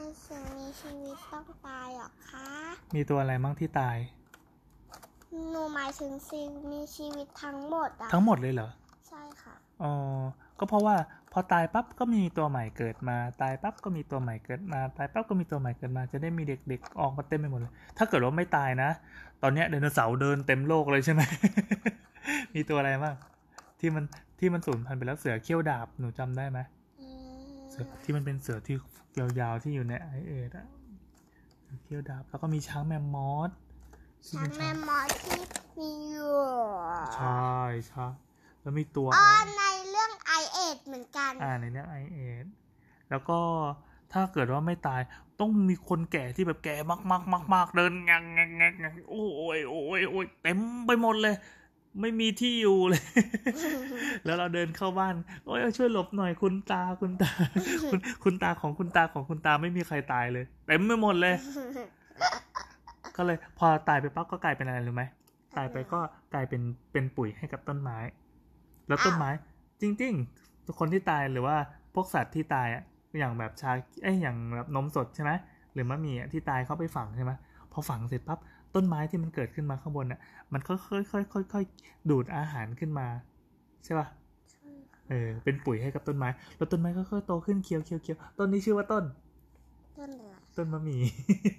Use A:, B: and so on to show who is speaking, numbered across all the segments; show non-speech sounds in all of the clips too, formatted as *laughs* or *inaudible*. A: ชีวิตต้องตายหรอกคะ
B: มีตัวอะไรมั่งที่ตาย
A: หนูหมายถึงสิ่งมีชีวิตทั้งหมดอะ
B: ทั้งหมดเลยเหรอ
A: ใช่ค่ะ
B: อ๋อ ก็เพราะว่าพอตายปั๊บก็มีตัวใหม่เกิดมา ตายปั๊บก็มีตัวใหม่เกิดมา ตายปั๊บก็มีตัวใหม่เกิดมา จะได้มีเด็กๆ ออกมาเต็มไปหมดเลย ถ้าเกิดว่าไม่ตายนะ ตอนเนี้ยไดโนเสาร์เดินเต็มโลกเลยใช่ไหม
A: *laughs*
B: มีตัวอะไรบ้างที่มันที่มันสูญพันธุ์ไปแล้วเสือเขี้ยวดาบหนูจำได้ไหม
A: อืม
B: เสือที่มันเป็นเสือที่ยาวๆที่อยู่ในไอเอ็ดอะเสือเขี้ยวดาบ แล้วก็มีช้างแมมมอสที่
A: ช้า
B: เป็
A: ง
B: น
A: แมมมอสที่มีอยู่
B: ใช่ใช่แล้วมีตัว
A: อ๋อในเรื่องไอเอ็ดเหมือนกัน
B: อ่าในเรื่องไอเอแล้วก็ถ้าเกิดว่าไม่ตายต้องมีคนแก่ที่แบบแก่มากมากมากมากๆเดินงังงังงังงังโอ้ยโอ้ยโอ้ยเต็มไปหมดเลย ไม่มีที่อยู่เลย *laughs* แล้วเราเดินเข้าบ้าน โอ้ยช่วยหลบหน่อยคุณตาคุณตา *laughs* คุณคุณตาของคุณตาของคุณตาไม่มีใครตายเลยเต็มไปหมดเลย ก็เลยพอตายไปปั๊บก็กลายเป็นอะไรรู้ไหมตายไปก็กลายเป็นเป็นปุ๋ยให้กับต้นไม้ แล้วต้นไม้ จริงๆ คนที่ตายหรือว่าพวกสัตว์ที่ตายอะอย่างแบบชาเอ้ยอย่างแบบนมสดใช่ไหมหรือมะหมี่อะที่ตายเขาไปฝังใช่ไหมพอฝังเสร็จปั๊บต้นไม้ที่มันเกิดขึ้นมาข้างบนอ่ะ มันค่อยๆค่อยๆค่อยๆดูดอาหารขึ้นมา ใช่ป่ะเออเป็นปุ๋ยให้กับต้นไม้ แล้วต้นไม้ค่อยๆโตขึ้นเขียวเขียวเขียวต้นนี้ชื่อว่าต้น
A: ต้นอะไร
B: ต้นมะหมี่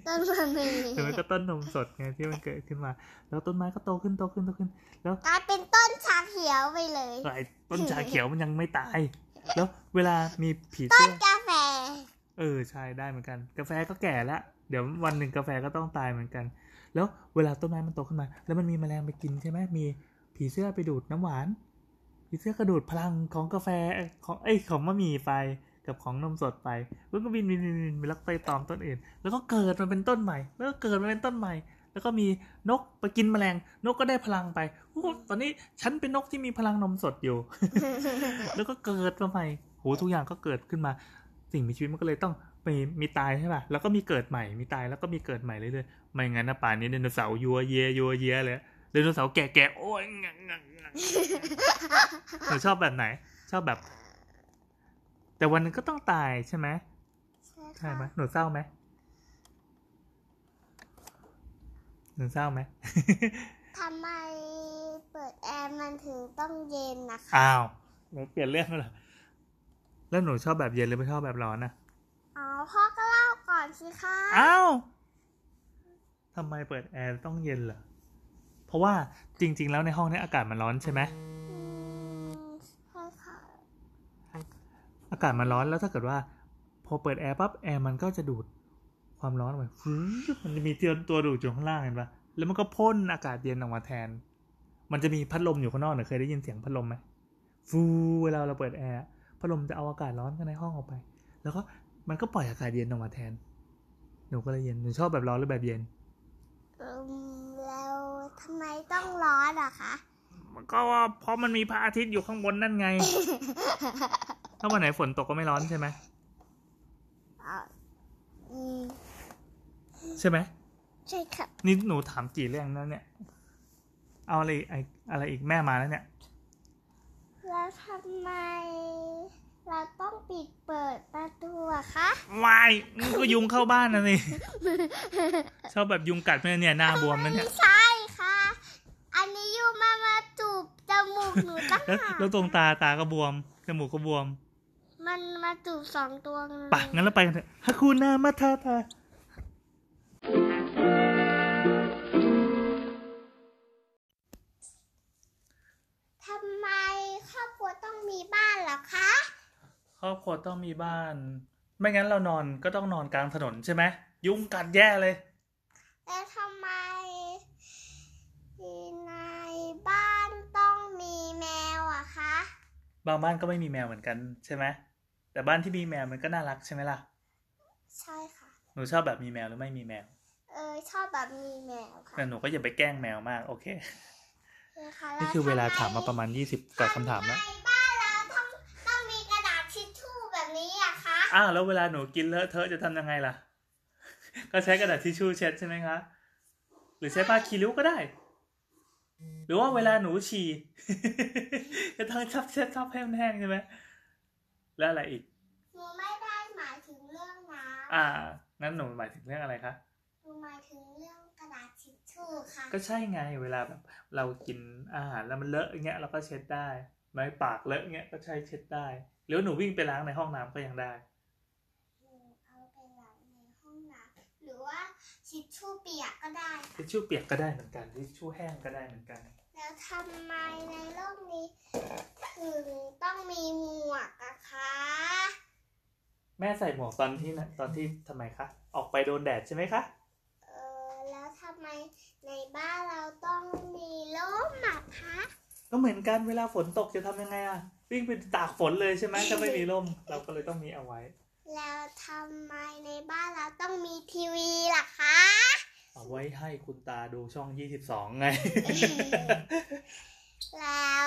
A: ต้นมันมี
B: หรือไม่ก็ต้นนมสดไงที่มันเกิดขึ้นมา แล้วต้นไม้ก็โตขึ้นโตขึ้นโตขึ้น แล้ว
A: กลายเป็นต้นชาเขียวไปเลย
B: ไอ้ต้นชาเขียวมันยังไม่ตาย แล้วเวลามีผี
A: ต้
B: เสื้
A: น
B: อก
A: าแฟ
B: เออใช่ได้เหมือนกัน กาแฟก็แก่ละเดี๋ยววันหนึ่งกาแฟก็ต้องตายเหมือนกัน แล้วเวลาต้นไม้มันโตขึ้นมา แล้วมันมีแมลงไปกินใช่ไหมมีผีเสื้อไปดูดน้ำหวาน ผีเสื้อกระโดดพลังของกาแฟของเอ้ยของมะหมี่ไปกับของนมสดไปมันก็บินบินบินบินไปแล้วไปตอมต้นอื่น แล้วก็เกิดมันเป็นต้นใหม่ แล้วก็เกิดมันเป็นต้นใหม่ แล้วก็มีนกไปกินแมลง นกก็ได้พลังไปโอ้โหตอนนี้ฉันเป็นนกที่มีพลังนมสดอยู่ แล้วก็เกิดมาใหม่โหทุกอย่างก็เกิดขึ้นมา สิ่งมีชีวิตมันก็เลยต้องมีมีตายใช่ป่ะแล้วก็มีเกิดใหม่มีตายแล้วก็มีเกิดใหม่เรื่อยๆไม่งั้นนะป่านนี้ไดโนเสาร์ยัวเยยัวเยเลยไดโนเสาร์แก่ๆโอ้ยงังงังงัง หนูชอบแบบไหน ชอบแบบ แต่วันหนึงก็ต้องตายใช่ไหมใช่ไหมหนูเศร้าไหมหนูเศร้าไหม
A: ทำไมเปิดแอร์มันถึงต้องเย็นนะคะ
B: อ้าวหนูเปลี่ยนเรื่องแล้วเหรอแล้วหนูชอบแบบเย็นหรือไม่ชอบแบบร้อนนะ
A: อ๋อพ่อก็เล่าก่อนสิคะ
B: อ้าวทำไมเปิดแอร์ต้องเย็นเหรอเพราะว่าจริง ๆ แล้วในห้องเนี้อากาศมันร้อนใช่ไหม
A: อืมใช่ค่ะ
B: อากาศมันร้อนแล้วถ้าเกิดว่า พอเปิดแอร์ปั๊บแอร์มันก็จะดูดความร้อนออกไปฟึ๊บมันจะมีเตือนตัวดูดอยู่ข้างล่างเห็นปะแล้วมันก็พ่นอากาศเย็นออกมาแทน มันจะมีพัดลมอยู่ข้างนอกหนูเคยได้ยินเสียงพัดลมไหมฟูเวลาเราเปิดแอร์พัดลมจะเอาอากาศร้อนข้างในห้องออกไป แล้วก็มันก็ปล่อยอากาศเย็นออกมาแทน หนูก็เลยเย็นหนูชอบแบบร้อนหรือแบบเย็น
A: อืมแล้วทำไมต้องร้อนอะคะ
B: มันก็ว่าเพราะมันมีพระอาทิตย์อยู่ข้างบนนั่นไง ถ้าวันไหนฝนตกก็ไม่ร้อนใช่ไหม
A: อ๋ออืม
B: ใช่ไหม
A: ใช่ครับ
B: นี่หนูถามกี่เรื่องแล้วเนี่ย เอาอะไรอีกไอ้อะไรอีกแม่มาแล้วเนี่ย
A: แล้วทำไม เราต้องปิดเปิดประตูอะคะ
B: วายมึงก็ยุงเข้าบ้านนะนี่ *laughs* ชอบแบบยุงกัดไหมเนี่ยหน้าบวมไหมันเนี่ย
A: ไม่ใช่ค่ะ อันนี้ยูมามาจูบจมูกหนูตั้ง
B: แล้ว
A: หาก
B: แล้วตรงตาตาก็บวมจมูกก็บวม
A: มันมาจูบสองตัวเลย
B: ไปะงั้นเราไปกันเถอะฮาคูนามาทาทา
A: ทำไมครอบครัวต้องมีบ้านเหรอคะ
B: ครอบครัวต้องมีบ้าน ไม่งั้นเรานอนก็ต้องนอนกลางถนนใช่ไหมยุงกัดแย่เลย
A: แล้วทำไมในบ้านต้องมีแมวอะคะ
B: บางบ้านก็ไม่มีแมวเหมือนกันใช่ไหมแต่บ้านที่มีแมวมันก็น่ารักใช่ไหมล่ะ
A: ใช่ค่ะ
B: หนูชอบแบบมีแมวหรือไม่มีแมว
A: เออชอบแบบมีแมวค่ะ
B: แต่หนูก็อย่าไปแกล้งแมวมากโอเค
A: เออะแ
B: นี่คือเวลาถามมาประมาณ 20กว่าคำถาม
A: ทำ
B: แล้ว
A: ไมบ้านเราต้องต้องมีกระดาษทิชชู่แบบนี้อะคะ
B: อ้าวแล้วเวลาหนูกินเลอะเทอะจะทำยังไงล่ะ *laughs* ก็ใช้กระดาษทิชชู่เช็ดใช่ไหมคะ หรือใช้ผ้าคีริ้วก็ได้ หรือว่าเวลาหนูฉี่ *laughs* ก็ต้องทับเช็ดทับให้มันแห้งใช่ไหมแล้วอะไรอีก
A: หนูไม่ได้หมายถึงเรื่องน้ำ
B: อ่า นั่นหนูหมายถึงเรื่องอะไรคะ
A: หนูหมายถึงเรื่องกระดาษทิชชู่ค่ะ
B: ก็ใช่ไงเวลาแบบเรากินอาหารแล้วมันเลอะอย่างเงี้ยเราก็เช็ดได้ ไม้ปากเลอะเงี้ยก็ใช้เช็ดได้หรือหนูวิ่งไปล้างในห้องน้ำก็ยังได้
A: หนูเอาไปล้างในห้องน้ำหรือว่าทิชชู่เปียกก็ได้
B: ทิชชู่เปียกก็ได้เหมือนกันทิชชู่แห้งก็ได้เหมือนกัน
A: แล้วทำไมในโลกนี้ ถึงต้องมีหมวกอะคะ
B: แม่ใส่หมวกตอนที่นะตอนที่ทำไมคะ ออกไปโดนแดดใช่ไหมคะ
A: เออแล้วทำไมในบ้านเราต้องมีร่มอะคะ
B: ก็เหมือนกันเวลาฝนตกจะทำยังไงอะวิ่งไปตากฝนเลยใช่ไหมถ้าไม่มีร่ม เราก็เลยต้องมีเอาไว้
A: แล้วทำไมในบ้านเราต้องมีทีวีล่ะคะ
B: เอาไว้ให้คุณตาดูช่อง 22 ไง *laughs*
A: แล้ว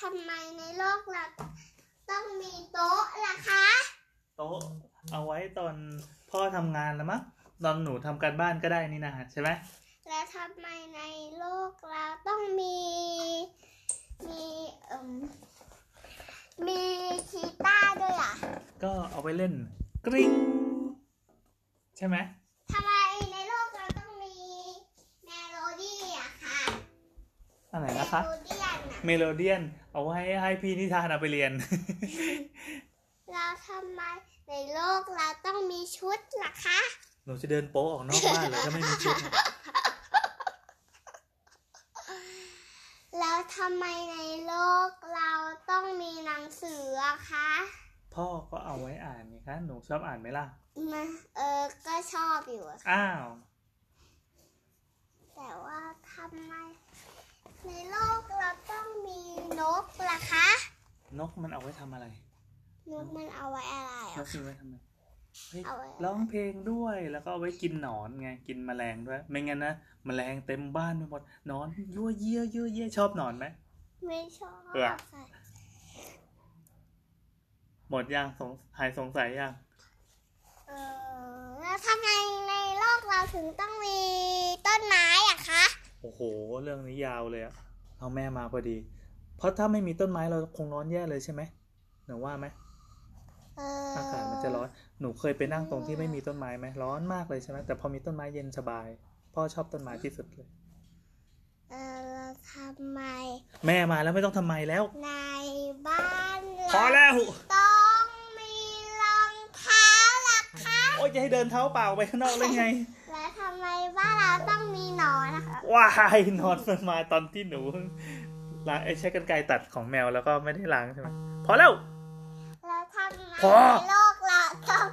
A: ทำไมในโลกเราต้องมีโต๊ะล่ะคะ
B: โต๊ะเอาไว้ตอนพ่อทำงานแล้วมั้งตอนหนูทำการบ้านก็ได้นี่นะใช่ไหม
A: แล้วทำไมในโลกเราต้องมีมีเอ่มมีกีตาร์ด้วยอ่ะ
B: ก็เอาไปเล่นกริ๊งใช่ไหม
A: ทำไมในโลกเราต้องมีเมโลดี้อะคะ
B: อะไร
A: เม
B: นะคะ
A: โลเดียนอะ
B: เมโลเดียน เอาไว้ให้พี่นิทานเอาไปเรียน *laughs*
A: แล้วทำไมในโลกเราต้องมีชุดล่ะคะ
B: หนูจะเดินโป๊ะออกนอกบ้านเลยถ้าไม่มีชุดนะ
A: แล้วทำไมในโลกเราต้องมีหนังสืออะคะ
B: พ่อก็เอาไว้อ่านไงคะหนูชอบอ่านไหมล่ะ
A: มาเออ ก็ชอบอยู่อะค่ะ
B: อ้าว
A: แต่ว่าทำไม ในโลกเราต้องมีนกล่ะคะ
B: นกมันเอาไว้ทำอะไร
A: นกมันเอาไว้อะไร
B: นก
A: อะ
B: มันไว้ทำอะไรเฮ้ย
A: เอาไว้
B: ร้องเพลงด้วยแล้วก็เอาไว้กินหนอนไงกินแมลงด้วย ไม่งั้นนะแมลงเต็มบ้านไปหมดหนอนยั่วเยี่ยยั่วเยี่ยชอบหนอนไหม
A: ไม่ชอบ
B: เออ
A: ค่ะ
B: หมดยังสงหายสงสัยยัง
A: เออแล้วทำไมในโลกเราถึงต้องมีต้นไม้อะคะ
B: โอ้โห เรื่องนี้ยาวเลยอะเอาแม่มาพอดี เพราะถ้าไม่มีต้นไม้เราคงร้อนแย่เลยใช่ไหมหนูว่าไหม
A: เอออ
B: อากาศมันจะร้อนหนูเคยไปนั่งตรงที่ไม่มีต้นไม้ไหมร้อนมากเลยใช่ไหมแต่พอมีต้นไม้เย็นสบายพ่อชอบต้นไม้ที่สุดเลย
A: เออแล้วทำไม
B: แม่มาแล้วไม่ต้องทำไมแล้ว
A: ในบ้าน
B: พอ
A: เรา
B: แล้ว
A: ต้องมีรองเท้าล่ะคะ
B: โอ้ยจะให้เดินเท้าเปล่าไปข้างนอกเลยไง
A: แล้วทำไมบ้านเราต้องมีหนอนนะคะ
B: ว้ายนอนมันมาตอนที่หนูล้างไอ้ใช้กันไกรตัดของแมวแล้วก็ไม่ได้ล้างใช่ไหมพอแล้ว
A: แล้วทำไม
B: พอ
A: โล